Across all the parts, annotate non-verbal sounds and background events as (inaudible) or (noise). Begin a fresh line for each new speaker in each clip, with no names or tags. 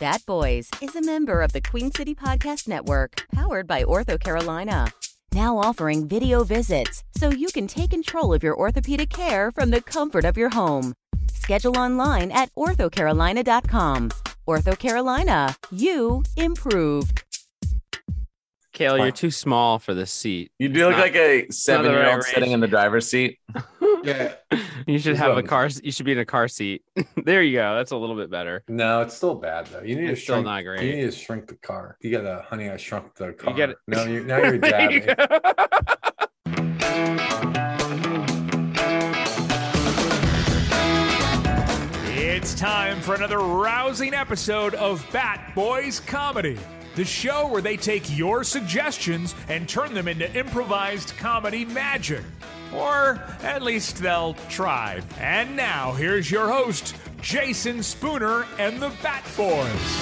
That Boys is a member of the Queen City Podcast Network, powered by Ortho Carolina. Now offering video visits so you can take control of your orthopedic care from the comfort of your home. Schedule online at orthocarolina.com. Ortho Carolina, you improved.
Kale,
Wow.
you're too small for this seat. (laughs)
You
It's
do look
not-
like a
not the
seven year
right
old sitting in the driver's seat.
Yeah,
You should
This
have a
one-
car. You should be in a car seat. (laughs) there you go. That's a little bit better.
no, it's still bad though. You need
It's
to
still
shrink.
not great.
You need to shrink the car. You gotta, honey, I shrunk the car.
gotta-
no,
(laughs)
you now you're
There you
dabbing.
go.
It's time for another rousing episode of Bat Boys Comedy, the show where they take your suggestions and turn them into improvised comedy magic. Or at least they'll try. And now, here's your host, Jason Spooner and the Bat Boys.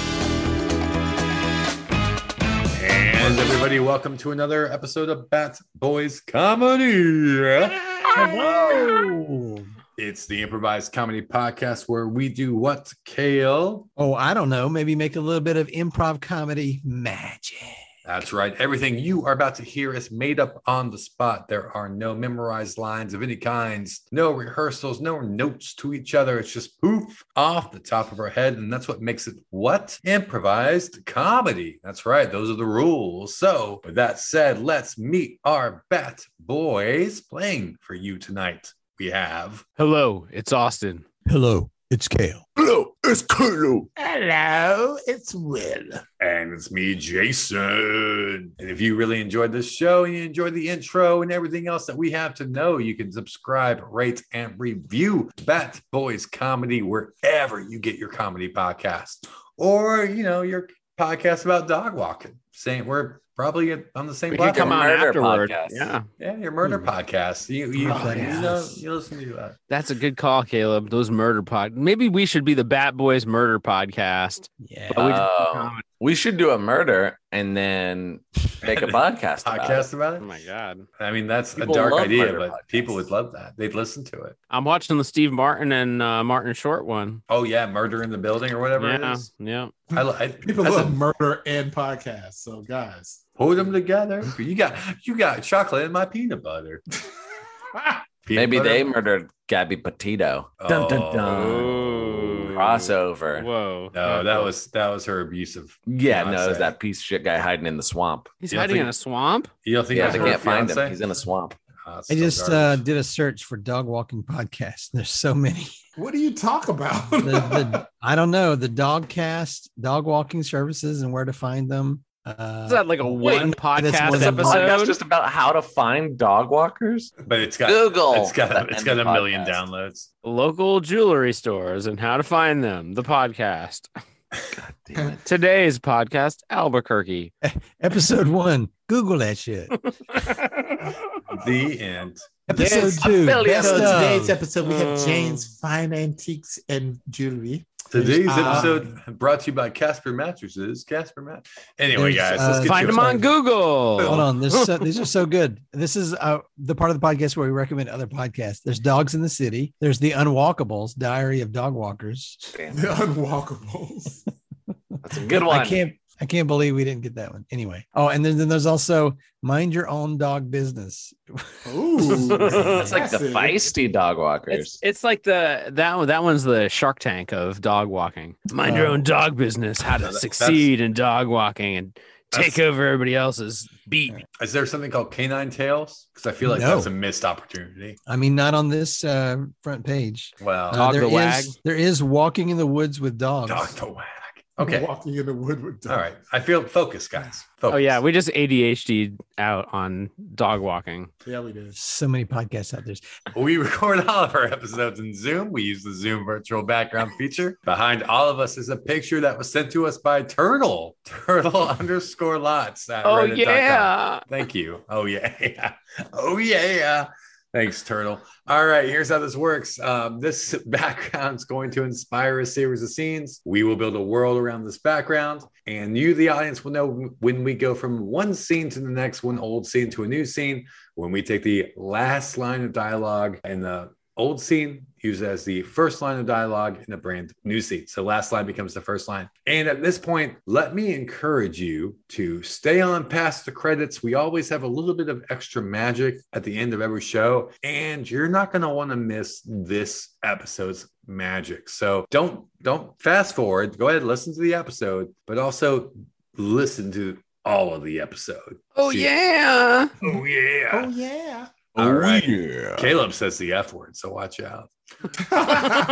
And everybody, welcome to another episode of Bat Boys Comedy. Hello. It's the improvised comedy podcast where we do what, Kale?
Oh, I don't know. Maybe make a little bit of improv comedy magic.
That's right. Everything you are about to hear is made up on the spot. There are no memorized lines of any kinds, no rehearsals, no notes to each other. It's just poof off the top of our head. And that's what makes it what? Improvised comedy. That's right. Those are the rules. So, with that said, let's meet our Bat Boys playing for you tonight. We have.
Hello, it's Austin.
Hello, it's Kale.
Hello, it's Kalo.
Hello, it's Will.
And it's me, Jason. And if you really enjoyed this show and you enjoyed the intro and everything else that we have to know, you can subscribe, rate, and review Bat Boys Comedy wherever you get your comedy podcast or, you know, your podcast about dog walking. Same, we're probably on the same
We can come
platform.
on
Murder
afterward.
podcast.
Yeah,
Yeah, your murder
Hmm.
podcast. You, you,
Oh,
you, know,
yes.
you listen to that.
that's a good call, Caleb. Those murder pod. Maybe we should be the Bat Boys Murder Podcast.
Yeah.
But we just
Oh.
comedy.
We should do a murder and then make a podcast. about it.
podcast about
oh
it.
my god.
I mean, that's
People
a dark
love
idea,
murder
but
podcasts.
people would love that. They'd listen to it.
I'm watching the Steve Martin and uh, Martin Short one.
Oh, yeah, murder in the building or whatever it
Yeah,
is.
yeah.
I, li- I,
People
that's a-
love murder and podcasts. So, guys,
Put them together. You got you got chocolate in my peanut
(laughs)
butter. Peanut
Maybe
butter-
they murdered Gabby Petito. Dun, dun, dun.
Oh.
Crossover.
Whoa.
No, that was that was her abusive.
Yeah, no,
Fiance.
it was that piece of shit guy hiding in the swamp.
He's
You don't
hiding
think-
in a swamp.
You don't think
Yeah,
that's
they
her
can't find
fiance?
him. He's in a swamp.
Oh, it's
I
so
just uh,
garbage.
did a search for dog walking podcast. (laughs) There's so many.
what do you talk about?
The, the, I don't know the dog cast, dog walking services, and where to find them. Uh,
Is that like a
wait,
one
no, that's
podcast
more
It's a
than one.
episode?
podcast just about how to find dog
(laughs)
walkers.
uh,
but it's got
Google.
it's got
That
it's
end
got a
of
million
podcast.
downloads.
Local jewelry stores and how to find them. The podcast.
Damn it.
Today's podcast,
(laughs)
Albuquerque.
episode one? Google that shit.
The
(laughs)
end.
Episode
Yes,
two.
a billion.
Best
so,
of.
today's episode, we have
Um,
Jane's Fine Antiques and Jewelry.
Today's
Uh,
episode brought to you by Casper Mattresses. Casper Matt. Anyway,
There's,
guys, let's
uh,
get
Find
to
them
it.
on Google.
Hold on, this so, these are so good. This is uh, the part of the podcast where we recommend other podcasts. There's Dogs in the City. There's The Unwalkables, Diary of Dog Walkers.
Damn
The
it.
Unwalkables.
That's a good
I
one.
can't I can't believe we didn't get that one. Anyway. Oh, and then, then there's also Mind Your Own Dog Business.
Ooh,
That's like the
classic.
feisty dog
It's,
walkers.
it's like the that one that one's the Shark Tank of dog walking. Mind your
Oh.
own dog business. How to
(laughs) That's-
succeed in dog walking and take
That's-
over everybody else's beat.
Is there something called Canine Tails? Because I feel like
No.
that's a missed opportunity.
I mean, not on this uh, front page. Uh,
Well,
Dog
there
the
is-
Wag.
there is Walking in the Woods with Dogs.
dog the whack. Okay,
Walking in the wood with dogs.
all right. I feel focus, guys.
Oh yeah,
Focus.
we just ADHD out on dog walking.
Yeah, we did.
So many podcasts out there.
We record all of our episodes in Zoom. We use the Zoom
(laughs)
virtual background feature. Behind all of us is a picture that was sent to us by Turtle, (laughs) turtle underscore lots. At
Oh
reddit.com.
yeah.
Thank you. Oh, yeah. (laughs) Oh, yeah. Thanks, Turtle. All right, here's how this works. Um, this background's going to inspire a series of scenes. We will build a world around this background, and you, the audience, will know when we go from one scene to the next, one old scene to a new scene, when we take the last line of dialogue and the old scene used as the first line of dialogue in a brand new scene. So last line becomes the first line. And at this point, let me encourage you to stay on past the credits. We always have a little bit of extra magic at the end of every show, and you're not going to want to miss this episode's magic. So don't don't fast forward. Go ahead, listen to the episode, but also listen to all of the episode.
Oh
See-
yeah.
Oh yeah.
yeah.
All right.
Oh, yeah.
Caleb says the F word, so watch out. (laughs)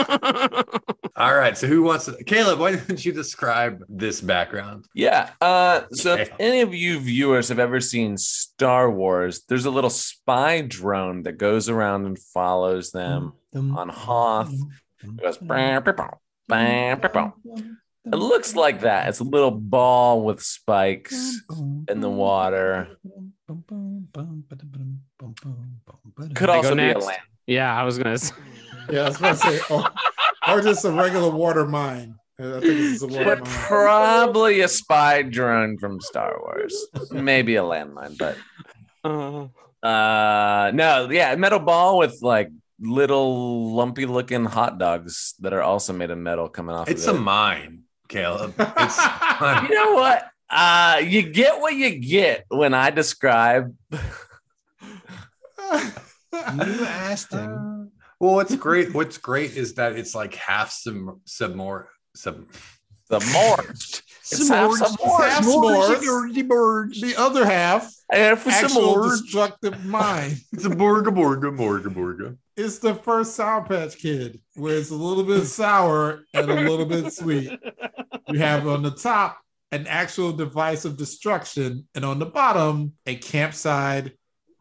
All right. So who wants to Caleb, why don't you describe this background?
Yeah. Uh, so if
Yeah.
any of you viewers have ever seen Star Wars, there's a little spy drone that goes around and follows them Um, on Hoth. It goes.
Mm-hmm.
"Bam, bam, bam, bam." It looks like that. It's a little ball with spikes. in the water. Could
They go
also be a
next?
lamp.
Yeah, I was gonna. Say,
Yeah, I was about to say, oh, or just a regular water mine. I think it's a water
But
mine.
probably a spy drone from Star Wars. Maybe a landmine, but
Uh-huh.
uh,
Uh, no, yeah, metal ball with like little lumpy looking hot dogs that are also made of metal coming off.
It's a
of it.
mine, Caleb.
(laughs)
It's
(laughs) You know what? Uh, you get what you get when I describe.
You asked him.
well, what's great, what's great is that it's like half some some more (laughs) some
The more It's half
S'mores.
s'mores.
Half s'mores. The other half,
and for some
actual
old- (laughs)
destructive mine.
it's a borga borga borga borga.
It's the first Sour Patch Kid, where it's a little bit sour and a little bit sweet. You have on the top an actual device of destruction, and on the bottom a campside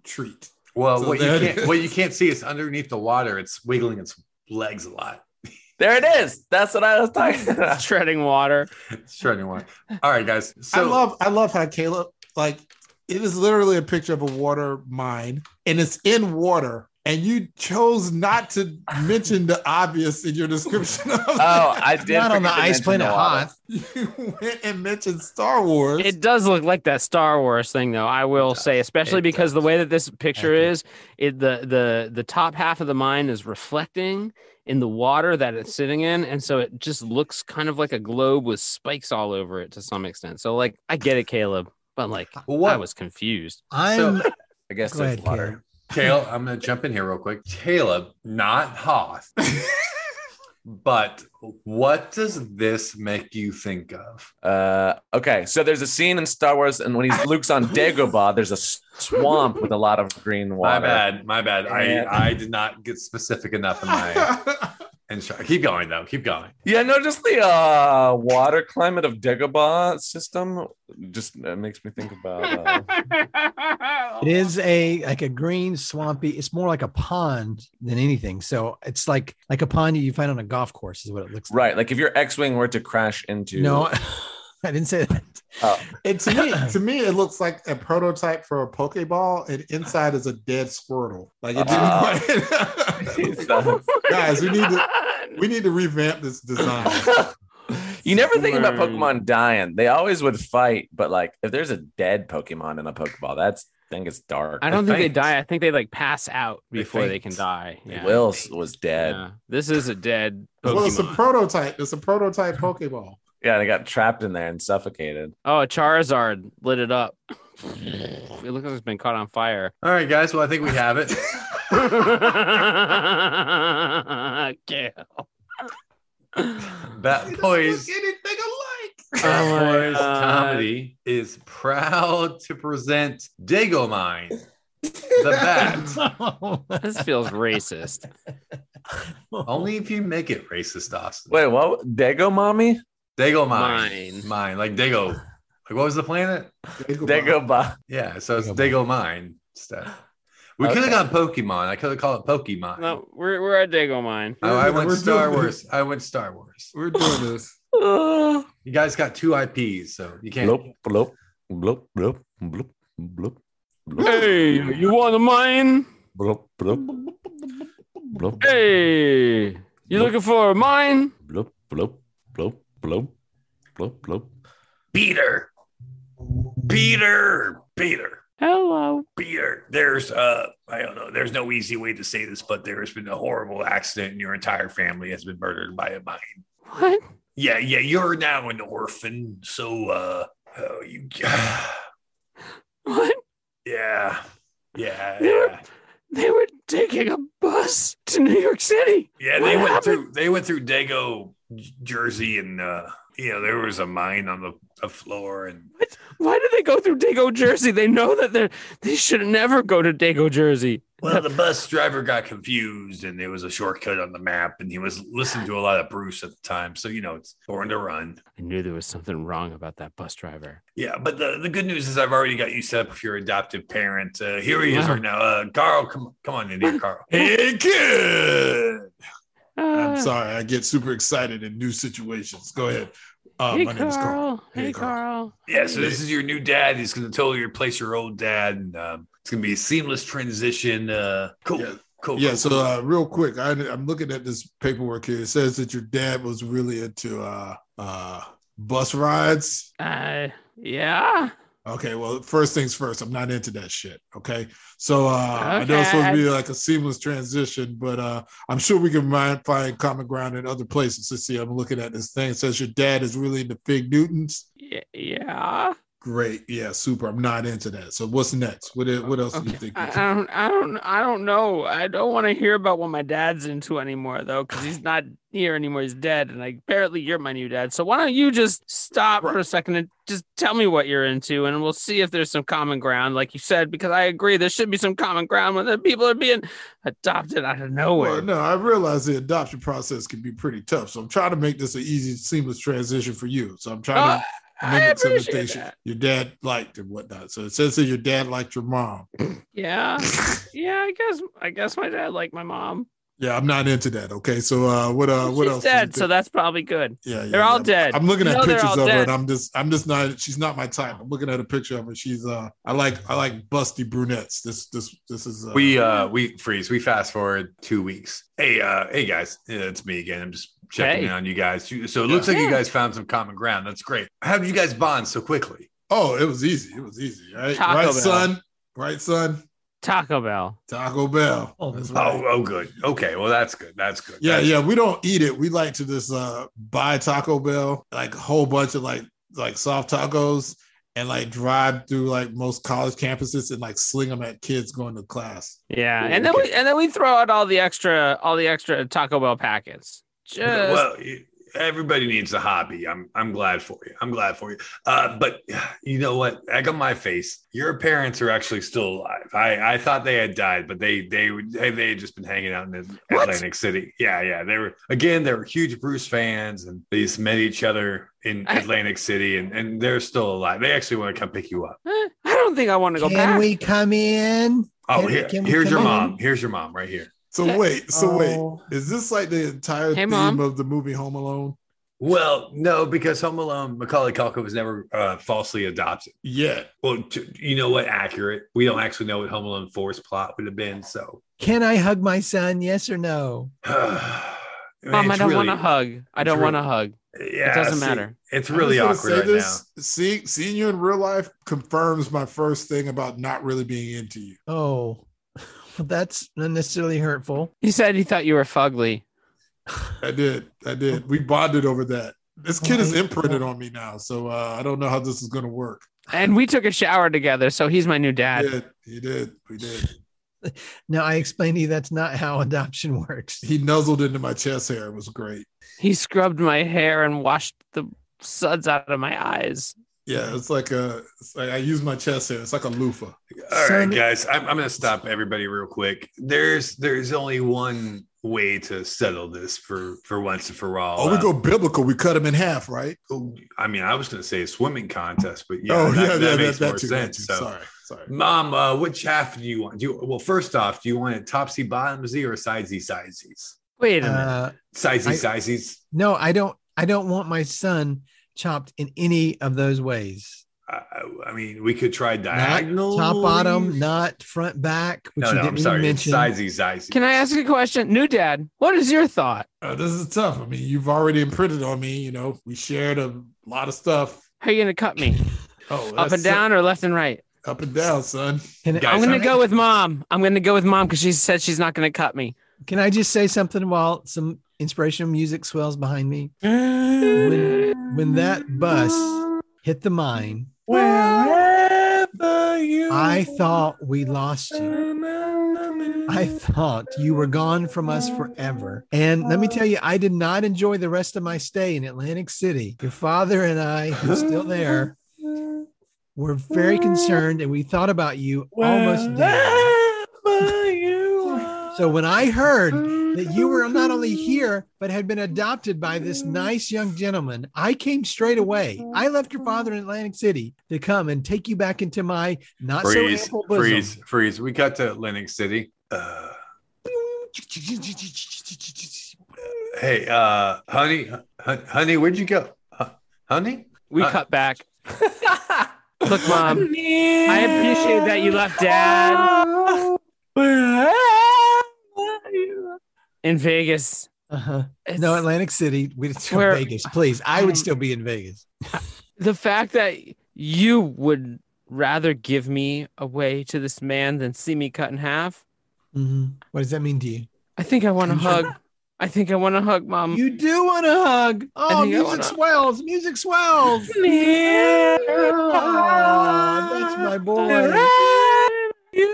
treat.
Well,
So
what you
that-
can't what you can't see is underneath the water, it's wiggling its legs a lot.
there it is. That's what I was
(laughs)
talking
(laughs)
about.
treading water.
It's trying to walk. All right, guys. So
I love, I love how Caleb like it is literally a picture of a water mine, and it's in water. And you chose not to mention the obvious in your description. Of
Oh, I did
Not on the
forget to
ice
mention
planet
the water.
Hoth.
you went and mentioned Star Wars.
It does look like that Star Wars thing, though. I will say, especially
It
because the
does.
way that this picture
Accurate.
is, it the the the top half of the mine is reflecting in the water that it's sitting in, and so it just looks kind of like a globe with spikes all over it to some extent. So, like, I get it, Caleb, but like,
what
I was confused.
I'm
I guess
Go
there's
ahead,
water.
Caleb, I'm going to jump in here real quick. Caleb,
(laughs)
not Hoth, but what does this make you think of?
Uh, okay, so there's a scene in Star Wars, and when he's Luke's on Dagobah, there's a s- swamp with a lot of green water.
My bad, my bad.
Yeah.
I I did not get specific enough in my
(laughs)
intro. Keep going though. Keep going.
Yeah, no, just the uh, water climate of Dagobah system just uh, makes me think about. Uh, (laughs)
It is a like a green swampy. It's more like a pond than anything. So it's like like a pond you find on a golf course is what it looks
right, like if your X-wing were to crash into.
like.
(laughs)
No, (laughs) I didn't say that.
Oh.
It to me,
(laughs)
to me, it looks like a prototype for a Pokeball, and inside is a dead Squirtle. Like it
Ah.
didn't.
Oh.
(laughs)
uh,
Guys, we need to- we need to revamp
(laughs)
this design.
you never think about
Word.
Pokemon dying. They always would fight, but like if there's a dead Pokemon in a Pokeball, that's I think it's dark.
I don't think
faint.
they die. I think they like pass out
They
before they,
faint.
can die. Yeah.
Will was dead. Yeah.
Yeah. This is a dead
well, it's a
Pokemon.
prototype. It's a prototype Pokeball.
they got trapped in there and suffocated.
oh, a Charizard lit it up. (laughs) it looks like it's been caught on fire.
All right, guys. Well, I think we
(laughs)
have it.
yeah.
Bat Boys,
anything alike.
Oh my
Bat Boys
God.
Comedy is proud to present Dago Mine,
(laughs)
the bat.
This feels racist.
Only if you make it racist, Austin.
Wait, what? Dago mommy?
Dago Mine.
Mine.
Mine. Like Dago. Like what was the planet?
Dagobah.
Yeah, so it's
Dagobah.
Dago Mine stuff. We could
Okay.
have gone Pokemon. I could have called it
(laughs)
Pokemon.
No, we're we're at Dago Mine.
I, I
We're-
went
we're
Star
doing
Wars. I went Star Wars.
We're doing this.
Uh,
You guys got two IPs, so you can't.
bloop, bloop, bloop, bloop, bloop, bloop, bloop,
Hey, you want a mine?
bloop, bloop, bloop,
Hey, you looking for a mine?
bloop, bloop, bloop, bloop, bloop, bloop.
Peter, Peter, Peter.
Hello.
Peter, there's uh I don't know, there's no easy way to say this, but there has been a horrible accident and your entire family has been murdered by a mine.
What?
Yeah, yeah, you're now an orphan. So uh oh, you (sighs)
What?
yeah. Yeah.
They were-
Yeah.
They were taking a bus to New York City.
Yeah, they
What
went
happened?
through they went through Dago, J- Jersey and uh you know, there was a mine on the, the floor and
Why did they go through Dago, Jersey? They know that they they should never go to Dago, Jersey.
Well, the bus driver got confused, and there was a shortcut on the map, and he was listening to a lot of Bruce at the time. So you know, it's born to run.
I knew there was something wrong about that bus driver.
Yeah, but the, the good news is I've already got you set up with your adoptive parent. Uh, here he is right now. Uh, Carl, come come on in
(laughs)
here, Carl.
Hey, kid. I'm
Uh,
sorry, I get super excited in new situations. Go ahead. Uh,
hey,
my
Carl.
name is Carl.
Hey, Carl.
Yeah, so this is your new dad. He's going to totally replace your old dad, and um, it's going to be a seamless transition. Uh, cool,
Yeah.
cool.
Yeah,
cool.
so uh, real quick, I, I'm looking at this paperwork here. It says that your dad was really into uh, uh, bus rides.
Uh, yeah.
Okay, well, first things first, I'm not into that shit. Okay, so uh, I know it's supposed to be like a seamless transition, but uh, I'm sure we can mind find common ground in other places. Let's see, I'm looking at this thing. It says your dad is really into Fig Newtons.
Y- yeah.
Great, yeah, super. I'm not into that. So what's next? What what else do you
Okay.
think?
I, I don't. I don't. I don't know. I don't want to hear about what my dad's into anymore, though, because he's not here anymore. He's dead, and I apparently you're my new dad. So why don't you just stop for a second and just tell me what you're into, and we'll see if there's some common ground, like you said. Because I agree, there should be some common ground when the people are being adopted out of nowhere.
Well, no, I realize the adoption process can be pretty tough, so I'm trying to make this an easy, seamless transition for you. So I'm trying
Oh,
to
I
mimic some of the
appreciate
things
that.
your dad liked and whatnot. So it says that your dad liked your mom.
Yeah. yeah. I guess. I guess my dad liked my mom.
Yeah, I'm not into that. Okay, so uh, what? Uh, what
She's
else? do you
dead, so
think?
that's probably good.
yeah, yeah,
They're all
yeah.
dead.
I'm looking
You
at
know they're
pictures
all
of her,
dead.
and I'm just, I'm just not. She's not my type. I'm looking at a picture of her. She's, uh, I like, I like busty brunettes. This, this, this is. Uh,
We uh we freeze. We fast forward two weeks. Hey uh hey guys, Yeah, it's me again. I'm just checking
Hey.
in on you guys. You- So it looks like you
Yeah.
guys found some common ground. That's great. How did you guys bond so quickly?
oh, it was easy. It was easy. Right,
Taco
right,
Bell.
son. Right, son.
Taco Bell.
Taco Bell.
Oh,
That's right.
Oh oh good. Okay, well that's good. That's good.
Yeah,
That's-
yeah. We don't eat it. We like to just uh buy Taco Bell, like a whole bunch of like like soft tacos, and like drive through like most college campuses and like sling them at kids going to class.
Yeah,
Ooh,
and then
okay.
we and then we throw out all the extra all the extra Taco Bell packets. Just
Well, you- everybody needs a hobby. I'm I'm glad for you. I'm glad for you. Uh, but you know what? Egg on my face. Your parents are actually still alive. I, I thought they had died, but they they would- they, they had just been hanging out in
What?
Atlantic City. Yeah, yeah. They were again. They were huge Bruce fans, and they just met each other in
I-
Atlantic City, and and they're still alive. They actually want to come pick you up.
eh, I don't think I want to go
Can
back.
we come in?
Oh,
Can-
here,
can we
here's
come
your
in?
mom. Here's your mom right here.
So
Yeah.
wait, so wait,
Oh,
is this like the entire
Hey,
theme
Mom.
of the movie Home Alone?
Well, no, because Home Alone, Macaulay Culkin was never uh, falsely adopted.
Yeah.
Well, t- you know what? Accurate. We don't actually know what Home Alone 4's plot would have been. So, (sighs)
Can I hug my son? Yes or no?
Man,
Mom, I
it's
don't
really-
want to hug. I
it's
don't want to
really-
hug.
Yeah,
it doesn't
see,
matter.
It's really
I'm just
awkward
gonna
right
say this. See, seeing you in real life confirms my first thing about not really being into you.
Oh, (laughs) well, that's unnecessarily hurtful.
He said he thought you were fugly.
I did. I did. We bonded over that. This kid is
Right.
imprinted on me now, so uh, I don't know how this is going to work.
And we took a shower together, so he's my new
He
dad.
did. He did. He did.
Now I explained to you that's not how (laughs) adoption works.
He nuzzled into my chest hair. It was great.
He scrubbed my hair and washed the suds out of my eyes.
Yeah, it's like a. It's like I use my chest hair. It's like a loofah.
now. All right,
Son-
guys, I'm, I'm going to stop everybody real quick. There's there's only one way to settle this for for once and for all.
Oh, we
Uh,
go biblical. We cut him in half, right?
oh, I mean, I was going to say a swimming contest, but yeah,
oh,
that, that makes more
too,
sense.
too.
So.
Sorry, sorry.
Mom, uh, which half do you want? Do you, well, first off, do you want it topsy bottomsy or sidesy sidesies?
Wait a minute.
Uh,
Sizey,
I-
sizey's.
no, I don't. I don't want my son chopped in any of those ways.
I, I mean, we could try diagonal.
Top bottom, not front back, which
No,
you
no,
didn't
I'm sorry.
even
It's
mention.
sizey, sizey.
Can I ask a question? New dad, what is your thought?
Uh, this is tough. I mean, you've already imprinted on me. You know, we shared a lot of stuff.
(laughs)
How are you going to cut me?
Oh,
Up
that's-
and down or left and right?
Up and down, son.
Can,
Guys,
I'm gonna
I'm-
go with mom. I'm gonna go with mom because she said she's not gonna cut me.
can I just say something while some inspirational music swells behind me? When, when that bus hit the mine,
Wherever you
I thought we lost you. I thought you were gone from us forever. And let me tell you, I did not enjoy the rest of my stay in Atlantic City. Your father and I, who's still there, were very concerned and we thought about you almost daily.
Wherever you are.
So when I heard that you were not only here, but had been adopted by this nice young gentleman, I came straight away. I left your father in Atlantic City to come and take you back into my not so
Freeze,
ample bosom.
freeze, freeze. We got to Atlantic City. Uh, hey, uh, honey, hun- honey, where'd you go? Huh, honey?
We
Uh,
cut back. Look, (laughs) mom, I appreciate that you left dad in Vegas.
Uh-huh.
It's-
No, Atlantic City. We didn't go
Where-
Vegas, please. I
Um,
would still be in Vegas.
the fact that you would rather give me away to this man than see me cut in half.
Mhm. What does that mean to you?
I think I want to hug. I think I want to hug, mom.
You do want to hug. Oh,
think Mm. I
music
wanna-
swells. Music swells. Aw, that's my boy.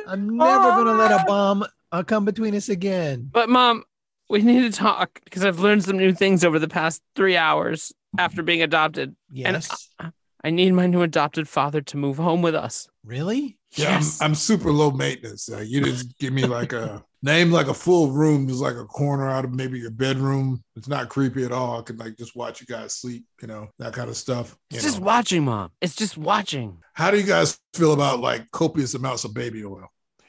I'm never going to let a bomb uh, come between us again.
But mom, we need to talk because I've learned some new things over the past three hours after being adopted.
Yes.
I need my new adopted father to move home with us.
really?
Yeah, I'm- I'm, super low maintenance. Uh, you
(laughs)
just give me like a name, like a full room, just like a corner out of maybe your bedroom. It's not creepy at all. I could like just watch you guys sleep, you know, that kind of stuff. you
It's just
know.
watching, mom. It's just watching.
How do you guys feel about like copious amounts of baby oil?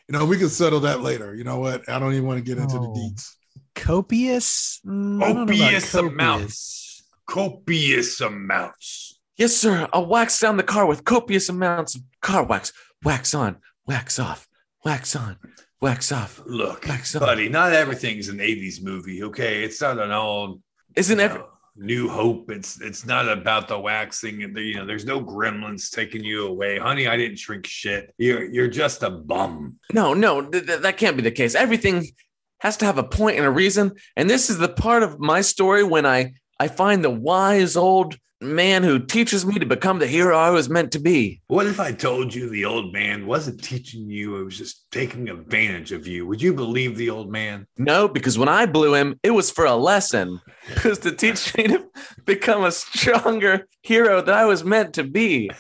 You know, we can settle that later. You know what? I don't even want to get into the
Oh.
deets.
Copious? Mm, I don't know about
Copious
copious.
amounts. Copious amounts.
Yes, sir. I'll wax down the car with copious amounts of car wax. Wax on, wax off, wax on, wax off,
Look,
wax on.
buddy, not everything's an 80s movie, okay? It's not an old
Isn't
you
every
know, New Hope. It's it's not about the waxing. and the- You know, there's no gremlins taking you away, honey. I didn't shrink shit. You're you're just a bum.
no, no, th- th- that can't be the case. Everything has to have a point and a reason. And this is the part of my story when I I find the wise old man who teaches me to become the hero I was meant to be.
What if I told you the old man wasn't teaching you? It was just taking advantage of you. Would you believe the old man?
No, because when I blew him, it was for a lesson. (laughs) It was to teach me to become a stronger hero that I was meant to be.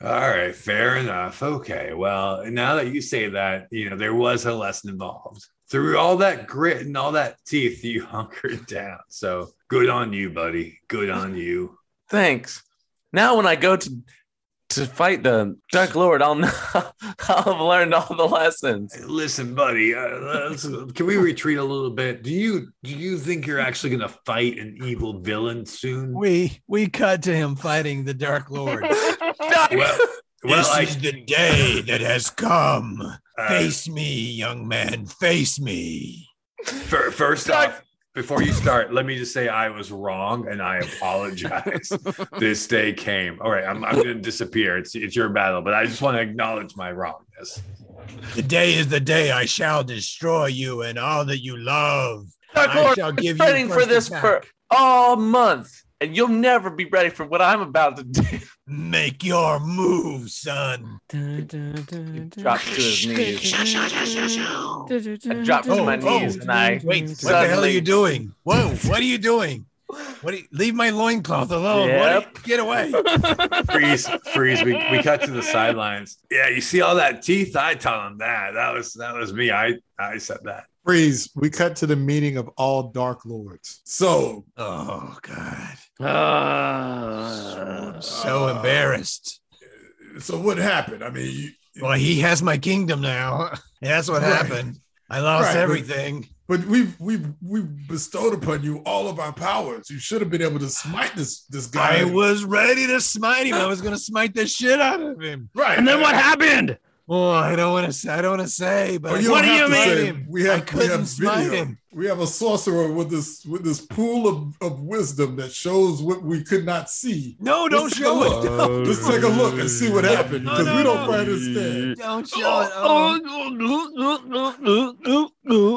All right, fair enough. Okay, well, now that you say that, you know there was a lesson involved. Through all that grit and all that teeth, you (laughs) hunkered down. So good on you, buddy. Good on you.
thanks. Now when I go to to fight the Dark Lord, I'll know, (laughs) I'll have learned all the lessons.
Listen, buddy. Uh, let's, can we retreat a little bit? Do you do you think you're actually going to fight an evil villain soon?
We we cut to him fighting the Dark Lord.
(laughs) Well, (laughs) well, I,
the day that has come.
uh,
me, young man. Face me.
fir- first off, before you start, let me just say I was wrong and I apologize. this day came. All right, I'm, I'm going to disappear. It's it's your battle, but I just want to acknowledge my wrongness.
Today is the day I shall destroy you and all that you love.
Dark
I
Lord,
shall give you
fighting for
first
this
attack.
for all month, and you'll never be ready for what I'm about to do.
Make your move, son.
Dropped
(laughs)
to his knees. I dropped to
Oh,
my
oh,
knees, and I
Wait,
Mm,
what the hell are
Suddenly-
you doing? Whoa, what are you doing? What? Are you, leave my loincloth alone. What are you- get away.
freeze, freeze. We, we cut to the sidelines. Yeah, you see all that teeth? I tell him that. That was that was me. I I said that.
Freeze. We cut to the meeting of all dark lords. So
Oh, God.
Uh,
So embarrassed.
so what happened? I mean, you,
Well, he has my kingdom now. (laughs) That's what
Right.
happened. I lost
Right, but-
everything.
But we've we've we've bestowed upon you all of our powers. You should have been able to smite this this guy.
I was ready to smite him. I was going to smite the shit out of him.
right.
and then what happened?
Oh, I don't want to say. I don't want to say. But
Oh,
I
you don't
couldn't
have to
smite
say.
him.
We have,
I
we
couldn't
have
smite
video.
him.
We have a sorcerer with this with this pool of, of wisdom that shows what we could not see.
No, don't
Let's take
show
a
it.
look.
(laughs)
Let's take a look and see what happened because we don't quite understand.
Don't show it. Oh.
Oh.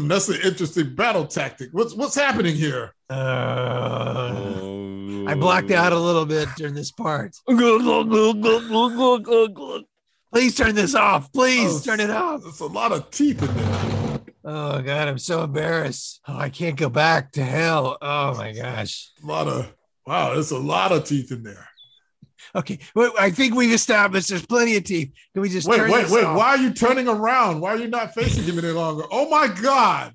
Hmm, that's an interesting battle tactic. What's what's happening here?
Uh, I blacked out a little bit during this (laughs) part. Please turn this off. Please
Oh,
turn it off.
There's a lot of teeth in there.
Oh God, I'm so embarrassed. Oh, I can't go back to hell. Oh my gosh.
A lot of wow. There's a lot of teeth in there.
Okay, wait, I think we've established there's plenty of teeth. Can we just
Wait,
turn
wait,
this
wait.
off?
Why are you turning around? Why are you not facing him any longer? Oh my God!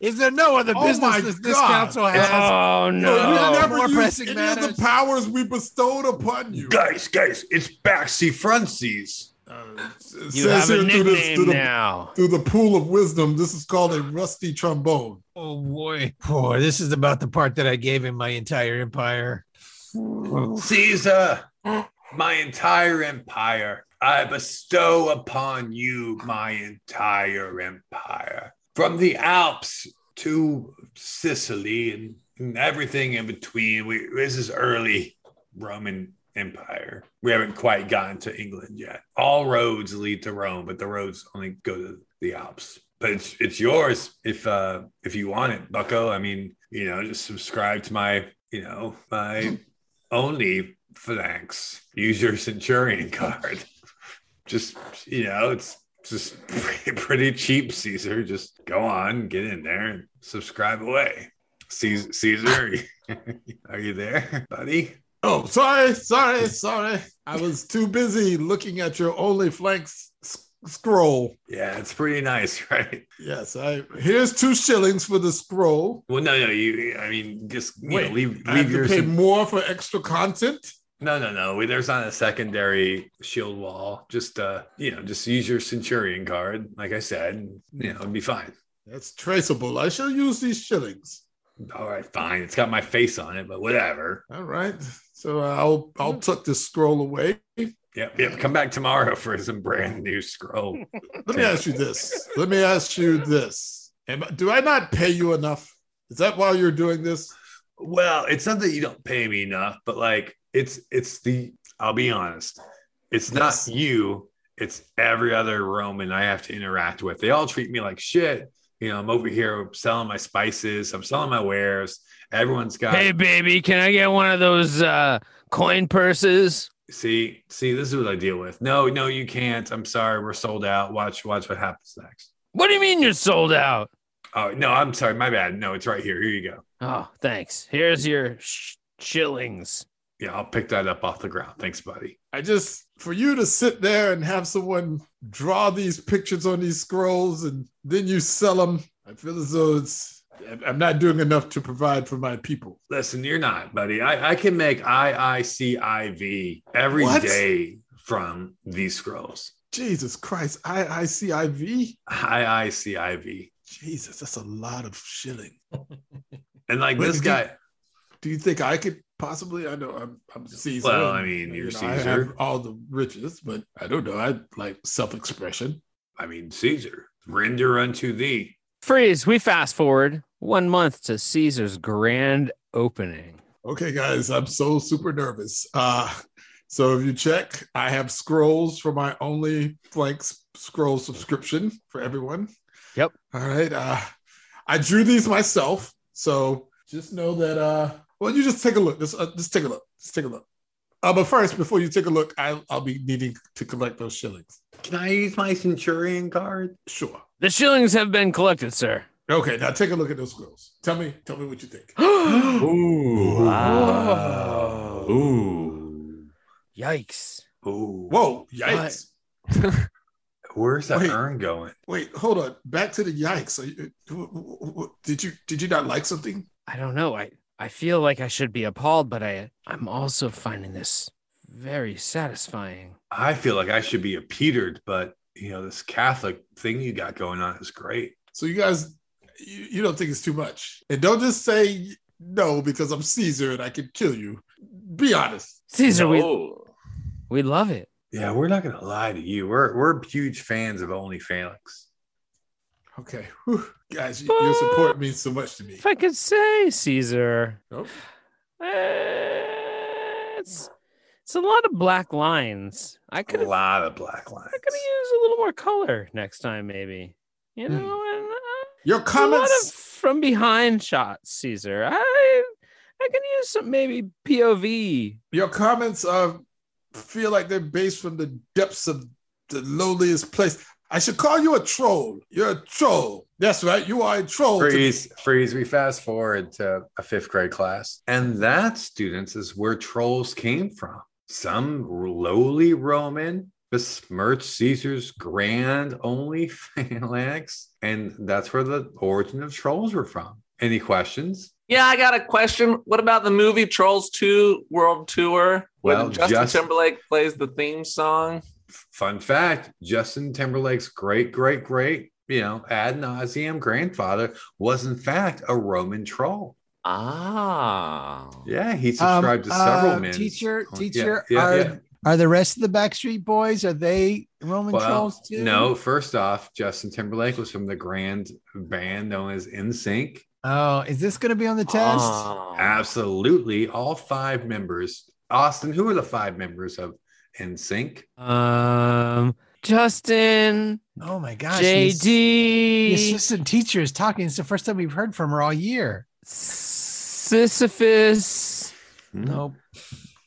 Is there no other
Oh,
business
my
this, this
God.
council has?
Oh,
No,
No.
you never
More
used
pressing
any of
matters.
the powers we bestowed upon you.
Guys, guys, it's backseat front seas.
It says here through this- through the- Through the pool of wisdom, this is called a rusty trombone.
oh boy, poor. This is about the part that I gave him my entire empire.
Caesar, my entire empire, I bestow upon you my entire empire. From the Alps to Sicily and, and everything in between. We, this is early Roman Empire. We haven't quite gotten to England yet. All roads lead to Rome, but the roads only go to the Alps. But it's it's yours if uh if you want it, Bucko. I mean, you know, just subscribe to my, you know, my only thanks. Use your Centurion card. Just you know, it's just (laughs) pretty, pretty cheap, Caesar. Just go on, get in there, and subscribe away. Caesar, Caesar, are you- (laughs) are you there, buddy?
Oh, sorry, sorry, sorry. I was too busy looking at your only flanks s- scroll.
Yeah, it's pretty nice, (laughs) right?
Yes, I here's two shillings for the scroll.
Well, no, no, you. I mean, just you
Wait,
know, leave
I have
leave
to
your.
pay more for extra content.
No, no, no. we- There's not a secondary shield wall. Just uh, you know, just use your Centurion card, like I said. and, You know, it'd be fine.
That's traceable. I shall use these shillings.
All right, fine. It's got my face on it, but whatever.
All right. So I'll I'll tuck this scroll away.
Yep, yep. Come back tomorrow for some brand new scroll.
Let me ask you this. Let me ask you this. Am, I- do I not pay you enough? Is that why you're doing this?
Well, it's not that you don't pay me enough, but like it's it's the I'll be honest. It's
Yes.
not you, it's every other Roman I have to interact with. They all treat me like shit. You know, I'm over here selling my spices, I'm selling my wares. Everyone's got
Hey, baby, can I get one of those uh, coin purses?
see, see, this is what I deal with. No, no, you can't. I'm sorry, we're sold out. Watch, watch what happens next.
What do you mean you're sold out?
Oh no, I'm sorry, my bad. No, it's right here. Here you go.
Oh, thanks. Here's your sh- shillings.
Yeah, I'll pick that up off the ground. Thanks, buddy.
I just for you to sit there and have someone draw these pictures on these scrolls and then you sell them. I feel as though it's I'm not doing enough to provide for my people.
Listen, you're not, buddy. I, I can make IICIV every day
What?
from these scrolls.
Jesus Christ, IICIV?
IICIV.
Jesus, that's a lot of shilling.
And like
Wait,
this
did you-
guy,
Do you think I could possibly? I know I'm, I'm Caesar.
Well,
and,
I mean, you're
know, I have
Caesar.
all the riches, but I don't know. I like self-expression.
I mean, Caesar, render unto thee.
Freeze, we fast forward one month to Caesar's grand opening.
Okay, guys, I'm so super nervous. Uh, so if you check, I have scrolls for my only flanks scroll subscription for everyone.
Yep.
All right. Uh, I drew these myself, so just know that. Uh, well, you just take a look. Just, uh, just take a look. Just take a look. Uh, but first, before you take a look, I, I'll be needing to collect those shillings.
Can I use my centurion card?
Sure.
The shillings have been collected, sir.
Okay, now take a look at those girls. Tell me, tell me what you think.
Ooh.
Oh.
Ah.
Wow.
Ooh.
Yikes.
Oh,
Whoa, yikes!
Where's that
Wait.
urn going?
Wait, hold on. Back to the yikes. Are you- w- w- w- Did you did you not like something?
I don't know. I, I feel like I should be appalled, but I I'm also finding this very satisfying.
I feel like I should be a petered, but you know, this Catholic thing you got going on is great.
So you guys, you, you don't think it's too much, and don't just say no because I'm Caesar and I can kill you. Be honest.
Caesar, we
No.
we love it.
Yeah, we're not gonna lie to you. We're we're huge fans of Only Felix.
Okay, Whew. guys, y- your support means so much to me.
If I could say, Caesar,
Nope.
eh, it's it's a lot of black lines. I could
A
have
lot of black lines.
I could use a little more color next time, maybe. You know, and, uh,
Your
it's a lot
comments.
of from behind shots, Caesar. I I can use some maybe POV.
Your comments uh, feel like they're based from the depths of the lowliest place. I should call you a troll. You're a troll. That's right. You are a troll. to me.
Freeze, freeze. We fast forward to a fifth grade class. And that, students, is where trolls came from. Some lowly Roman besmirched Caesar's grand only (laughs) phalanx. And that's where the origin of trolls were from. Any questions?
Yeah, I got a question. What about the movie Trolls 2 World Tour? Where
Well,
Justin
just-
Timberlake plays the theme song.
Fun fact Justin Timberlake's great, great, great, you know, ad nauseum grandfather was in fact a Roman troll.
Ah.
Yeah, he
Um,
subscribed to several
uh,
men.
Teacher,
Yeah,
teacher,
yeah,
are
yeah.
are the rest of the Backstreet Boys? Are they Roman trolls too?
No, first off, Justin Timberlake was from the grand band known as NSYNC.
Oh, is this going to be on the test?
Ah.
Absolutely. All five members. Austin, who are the five members of NSYNC?
Um, Justin,
oh my gosh! the ass- The
JD,
assistant teacher is talking. It's the first time we've heard from her all year.
Sisyphus,
Nope.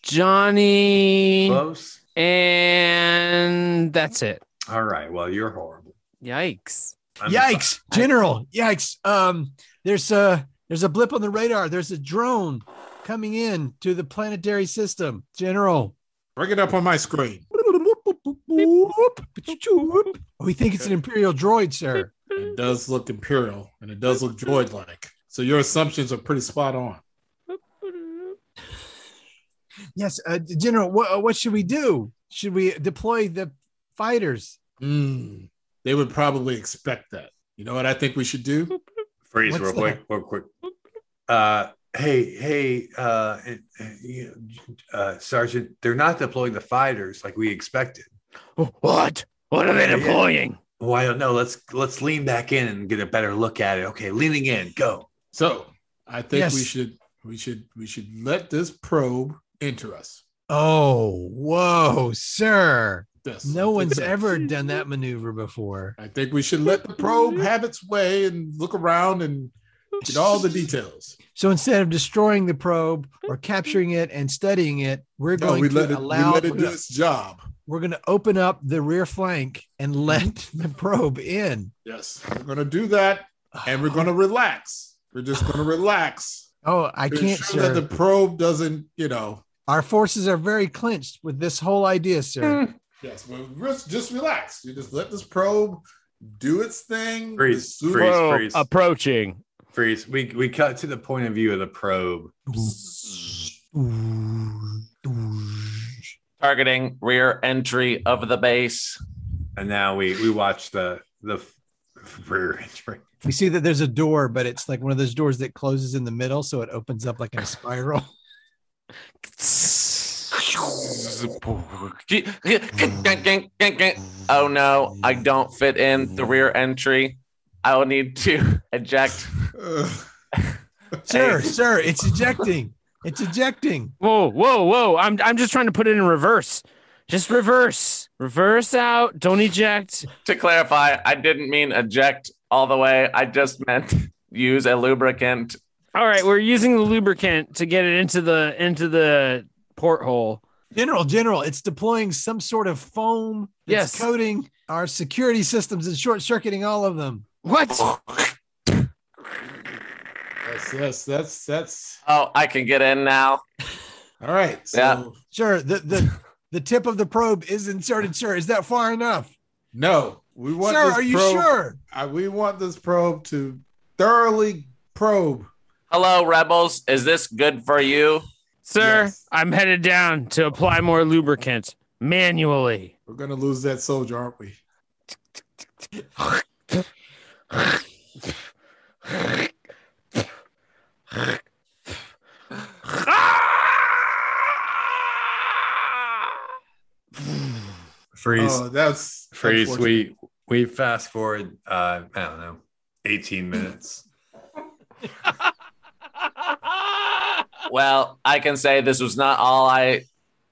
Johnny,
Close.
and that's it.
All right. Well, you're horrible.
Yikes.
I'm
Yikes, General. Yikes. Um, there's a there's a blip on the radar. There's a drone coming in to the planetary system, General.
Bring it up on my screen.
We think it's an imperial droid, sir.
It does look imperial and it does look droid like. So your assumptions are pretty spot on.
Yes, uh, General. What uh, what should we do? Should we deploy the fighters?
Mm, they would probably expect that. You know what I think we should
(laughs)
do?
Freeze
What's
real quick,
that?
real quick. Uh, hey, hey, uh, and- and, you know, uh, Sergeant, they're not deploying the fighters like we expected.
What? What are they
Yeah, yeah.
deploying?
Well, I don't know. Let's let's lean back in and get a better look at it. Okay, leaning in, go.
So I think
Yes.
we should we should we should let this probe enter us.
Oh, whoa, sir!
This
No
I (laughs)
one's
think-
ever done that maneuver before.
I think we should let the
(laughs)
probe have its way and look around and get all the details.
So instead of destroying the probe or capturing it and studying it, we're
No,
going
we
to
let it we
allow
let it do its job.
we're going to open up the rear flank and let
Mm-hmm.
the probe in.
Yes, we're gonna do that, and
(sighs)
we're gonna relax. We're just gonna relax.
Oh, I
to
can't,
ensure
sir.
that the probe doesn't, you know.
Our forces are very clinched with this whole idea, sir.
Yes, well, just just relax. You just let this probe do its thing.
Freeze,
As soon-
freeze. Probe freeze.
approaching.
Freeze. We we cut to the point of view of the probe.
Mm.
Targeting rear entry of the base.
and now we we watch the the f- rear entry.
We see that there's a door, but it's like one of those doors that closes in the middle, so it opens up like in a spiral.
Oh no, I don't fit in the rear entry. I will need to (laughs) eject.
Ugh.
sir, sir, it's ejecting. It's ejecting.
Whoa, whoa, whoa. I'm I'm just trying to put it in reverse. Just reverse. Reverse out. Don't eject.
To clarify, I didn't mean eject all the way. I just meant (laughs) use a lubricant.
All right, we're using the lubricant to get it into the into the porthole.
General, General, it's deploying some sort of foam that's
Yes.
coating our security systems and short circuiting all of them.
What?
Yes, yes, that's that's
Oh, I can get in now.
all right. So
Yeah.
Sure, the the the tip of the probe is inserted. Sir, is that far enough?
no, we want.
sir,
this
are you
probe-
sure?
I, we want this probe to thoroughly probe.
Hello, rebels. Is this good for you?
Sir,
Yes.
I'm headed down to apply more lubricant manually.
We're gonna lose that soldier, aren't we?
Ah!
Freeze.
Oh, that's
Freeze.
unfortunate.
We we fast forward. Uh, I don't know, eighteen minutes.
Well, I can say this was not all I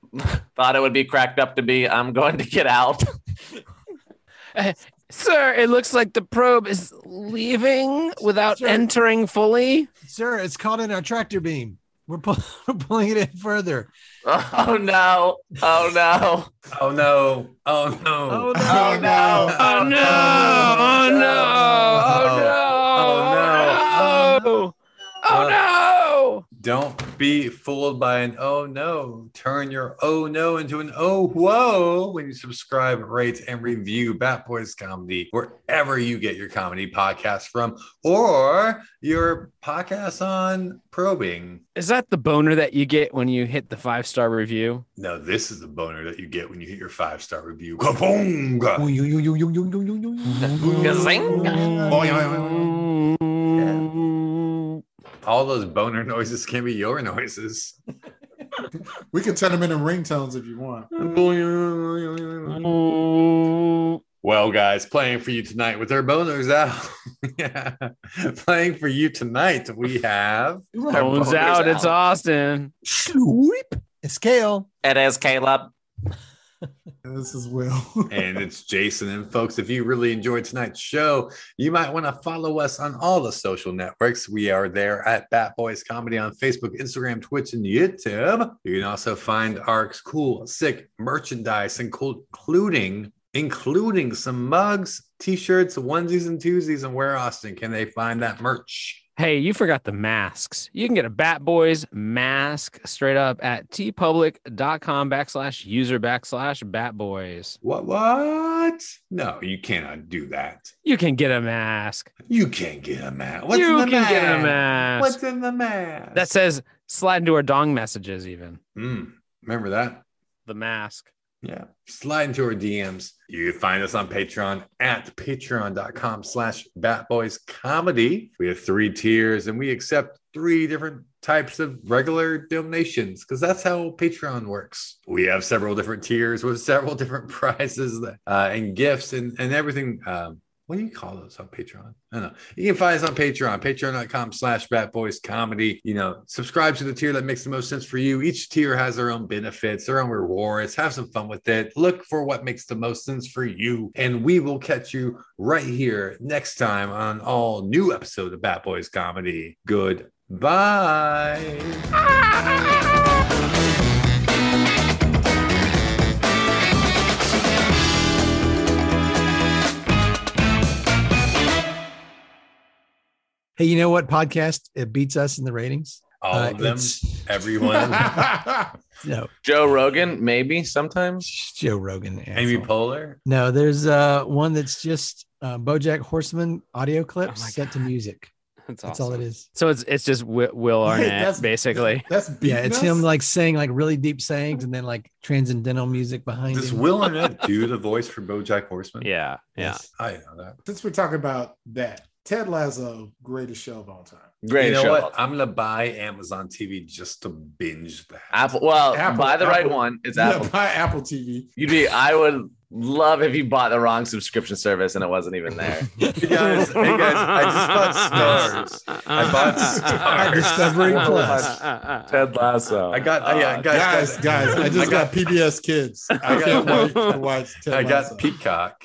(laughs) thought it would be cracked up to be. I'm going to get out. (laughs)
Sir, it looks like the probe is leaving without
Sir.
entering fully.
Sir, it's caught in our tractor beam. We're, pull- (laughs) we're pulling it in further.
Oh no! Oh no!
Oh no! Oh no!
Oh,
(laughs)
(laughs)
no.
Oh, no.
Oh no! Oh no! Oh no! Oh
Oh,
no! Oh no!
Don't be fooled by an oh no. Turn your oh no into an oh whoa when you subscribe, rate, and review Bat Boys Comedy wherever you get your comedy podcast from or your podcast on probing.
Is that the boner that you get when you hit the five star review?
No, this is the boner that you get when you hit your five star review. Kaboom!
(laughs)
Oh,
All those boner noises can be your noises.
We can turn them into ringtones if you want.
Well, guys, playing for you tonight with their boners out. (laughs) yeah. Playing for you tonight, we have.
Bones out! It's Austin.
Swoop. It's Kale.
It is Caleb.
And this is Will.
and it's Jason. And folks, if you really enjoyed tonight's show, you might want to follow us on all the social networks. We are there at Bat Boys Comedy on Facebook, Instagram, Twitch, and YouTube. You can also find our cool, sick merchandise, inclu- including including some mugs, t-shirts, onesies, and twosies. And where Austin can they find that merch?
Hey, you forgot the masks. You can get a Bat Boys mask straight up at tpublic.com backslash user backslash Bat Boys.
What? What? No, you cannot do that.
You can get a mask.
You can't get a mask. What's
you
in the
can
mask?
get a mask.
What's in the mask?
that says slide into our dong messages, even.
Mm, remember that?
The mask.
Yeah. Slide into our DMs. You can find us on Patreon at patreon.com slash batboys comedy. We have three tiers and we accept three different types of regular donations because that's how Patreon works. We have several different tiers with several (laughs) different prizes that, uh, and gifts and, and everything. Um, what do you call those on Patreon? I don't know. You can find us on Patreon, patreon.com slash Bat Boys Comedy. You know, subscribe to the tier that makes the most sense for you. Each tier has their own benefits, their own rewards. Have some fun with it. Look for what makes the most sense for you. And we will catch you right here next time on all new episode of Bat Boys Comedy. Goodbye.
Hey, you know what podcast? It beats us in the ratings.
All
Uh,
of them,
it's-
everyone.
(laughs) No,
Joe Rogan, maybe sometimes.
it's Joe Rogan.
Amy
asshole.
Poehler.
No, there's uh, one that's just uh, BoJack Horseman audio clips
Oh my
set to music.
That's,
That's
awesome.
all it is.
So it's it's just Wi- Will
(laughs)
Wait,
Arnett,
that's-
basically.
(laughs) That's
Yeah,
beating
it's
us?
him like saying like really deep sayings and then like transcendental music behind
Does
him.
Will Arnett do the voice for BoJack Horseman?
Yeah. Yeah.
Yes.
I know that.
Since we're talking about that, Ted Lasso, greatest show of all time.
Great
you know
show.
what? I'm gonna buy Amazon TV just to binge that.
(laughs) Apple. Well,
Apple,
buy the right
Apple.
one. It's
yeah,
Apple.
buy Apple TV.
You'd be. I would love if you bought the wrong subscription service and it wasn't even there.
Hey (laughs) guys, hey guys, I just bought stars.
(laughs)
I bought Stars.
Discovery
Plus.
Ted Lasso. Uh,
I got, I, I- guys, guys,
Guys, guys, I just
I got-
got, PBS Kids. (laughs) I,
I
can't
got-
wait to watch Ted
I
Lasso.
got Peacock.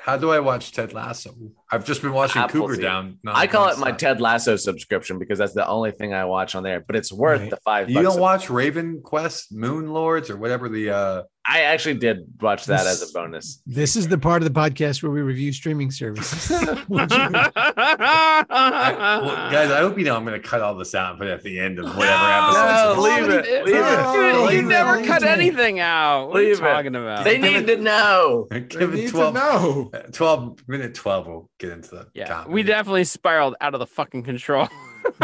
How do I watch Ted Lasso? I've just been watching
Apple
Cougar
TV.
Down.
I call it my
nonstop.
Ted Lasso subscription because that's the only thing I watch on there. But it's worth
Right.
the five.
You
bucks
don't
a-
watch Raven Quest, Moon Lords, or whatever the. uh
I actually did watch that
This-
as a
(laughs)
bonus.
This is the part of the podcast where we review streaming services.
(laughs)
Would you-
I- well, guys, I hope you know I'm going to cut all this out and put it at the end of whatever
No, (laughs)
episode.
leave it. Leave it.
You,
Oh,
you
leave
never
it.
cut anything out. What
Leave it.
are you talking about?
They need to know.
They
Give
need
it
to
12,
know. (laughs)
12 minute 12 we'll get into the
yeah.
comedy.
We definitely spiraled out of the fucking
(laughs)
control. (laughs)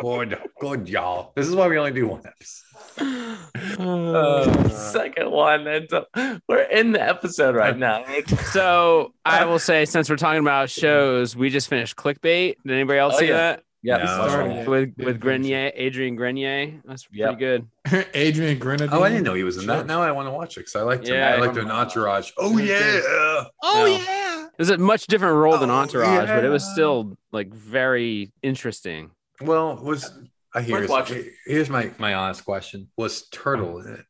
good good y'all this is why we only do one episode
Oh.
(laughs) Second one. And so we're in the episode right now.
so I will say, since we're talking about shows, we just finished clickbait. Did anybody else
Oh,
see
yeah.
that?
Yeah.
No.
sorry.
Yeah.
With
Yeah,
with
finished
Grenier, Adrian Grenier. That's
Yep.
pretty good.
Adrian Grenadine.
Oh, I didn't know he was in
Sure.
that. Now I want to watch it because I liked him.
Yeah,
I liked him in
come on.
Entourage. Oh yeah.
Oh,
yeah.
It was a much different role than
Oh,
Entourage, but it was
yeah.
still like very interesting.
Well, was I hear?
Worth watching.
Here's my my honest question: Was Turtle in it?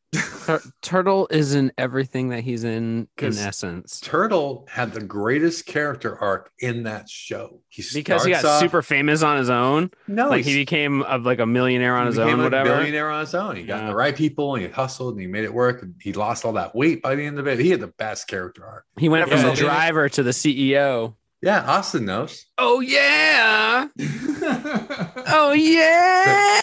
Tur- Turtle is in everything that he's in, in
'Cause-
essence,
Turtle had the greatest character arc in that show. He
because he got
starts off-
super famous on his own.
No,
like he became a, like a millionaire on
he
his
became
own,
a
whatever.
Billionaire on his own. He got
Yeah.
the right people and he hustled and he made it work. And he lost all that weight by the end of it. He had the best character arc.
He went
Never
from the
saw it.
driver to the E CEO.
Yeah, Austin (laughs) knows.
Oh yeah! Oh yeah!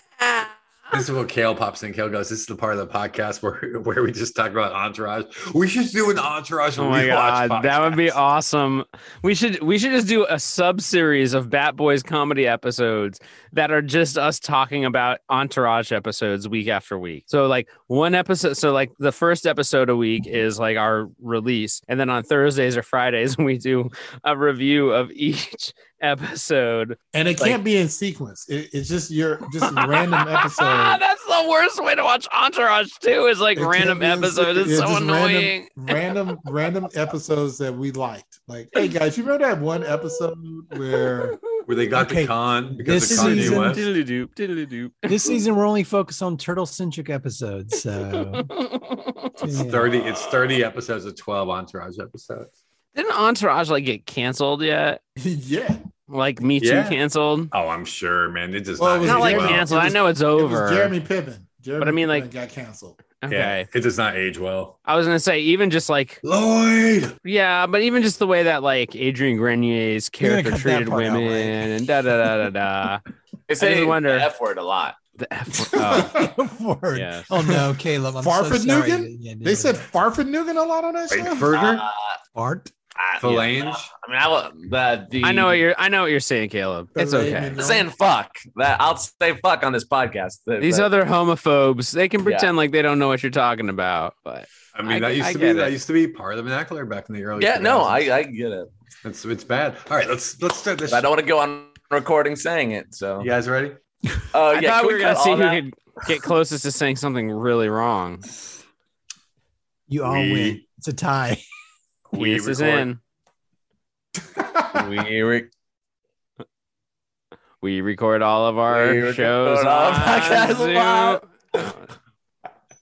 This is what Kale pops in. Kale goes, "This is the part of the podcast where (laughs) where we just talk about entourage. We should do an entourage.
Oh my
rewatch
god, that would be
podcast.
awesome. We should we should just do a sub series of Bat Boys comedy episodes that are just us talking about entourage episodes week after week. So like one episode so like the first episode a week is like our release and then on Thursdays or Fridays (laughs) we do a review of each episode.
And it
Like-
can't be in sequence. It, it's just your
(laughs)
just random episode.
That's the worst way to watch entourage too is like
It can't
random
be in
episodes.
sequence.
It's so
just
annoying. (laughs)
Random, random, random episodes that we liked. Like, hey guys, you remember that one episode where (laughs)
Where they got
Okay,
the con because
this
of Kanye
season-
West.
Diddly doop, diddly doop. (laughs)
This season, we're only focused on turtle centric episodes.
(laughs)
So,
It's
yeah.
thirty. It's thirty episodes of twelve entourage episodes.
Didn't Entourage like get canceled yet?
yeah,
Like Me Too
Yeah.
canceled?
Oh, I'm sure, man. It does
Well, it
not.
was
Not like
age well.
canceled.
It
I
was-
know it's
it
over.
was Jeremy Piven. Jeremy
But I mean, like-
Piven got canceled.
okay.
Yeah, it does not age well.
I was gonna say even just like
Lloyd.
yeah, but even just the way that like Adrian Grenier's
gonna
character
cut that
treated
part out,
women and da da da da da.
They say
wonder.
the F word a lot.
The F-
(laughs)
oh,
Word.
yes.
Oh no, Caleb! I'm so
Farfad
sorry.
Nugan?
Yeah,
They said Farfanugan a lot on that
Wait,
show.
Ferger.
Ah,
Uh,
Fart.
I-
Phalange.
I mean, I will, the, the
I know what you're I know what you're saying, Caleb.
The
It's okay.
(laughs)
Raven-
saying fuck that I'll say fuck on this podcast. The-
These
the-
other homophobes, they can
Yeah.
pretend like they don't know what you're talking about, but
I mean,
I-
that used
I
to
get
be that
it.
used to be part of vernacular back in the early.
yeah, no,
2000s.
I, I get it.
It's it's bad. All right, let's let's start this.
But I don't want to go on recording saying it. So
You guys (laughs) ready?
Oh,
I thought
can
we were gonna
cut
see
all
who
that?
could get closest to saying something really
(laughs)
wrong.
You all
We-
win. It's a tie.
We
Yes is
record.
in. (laughs)
we, re-
We record all of our
We record
shows
all of
on
our podcasts
Zoom.
live.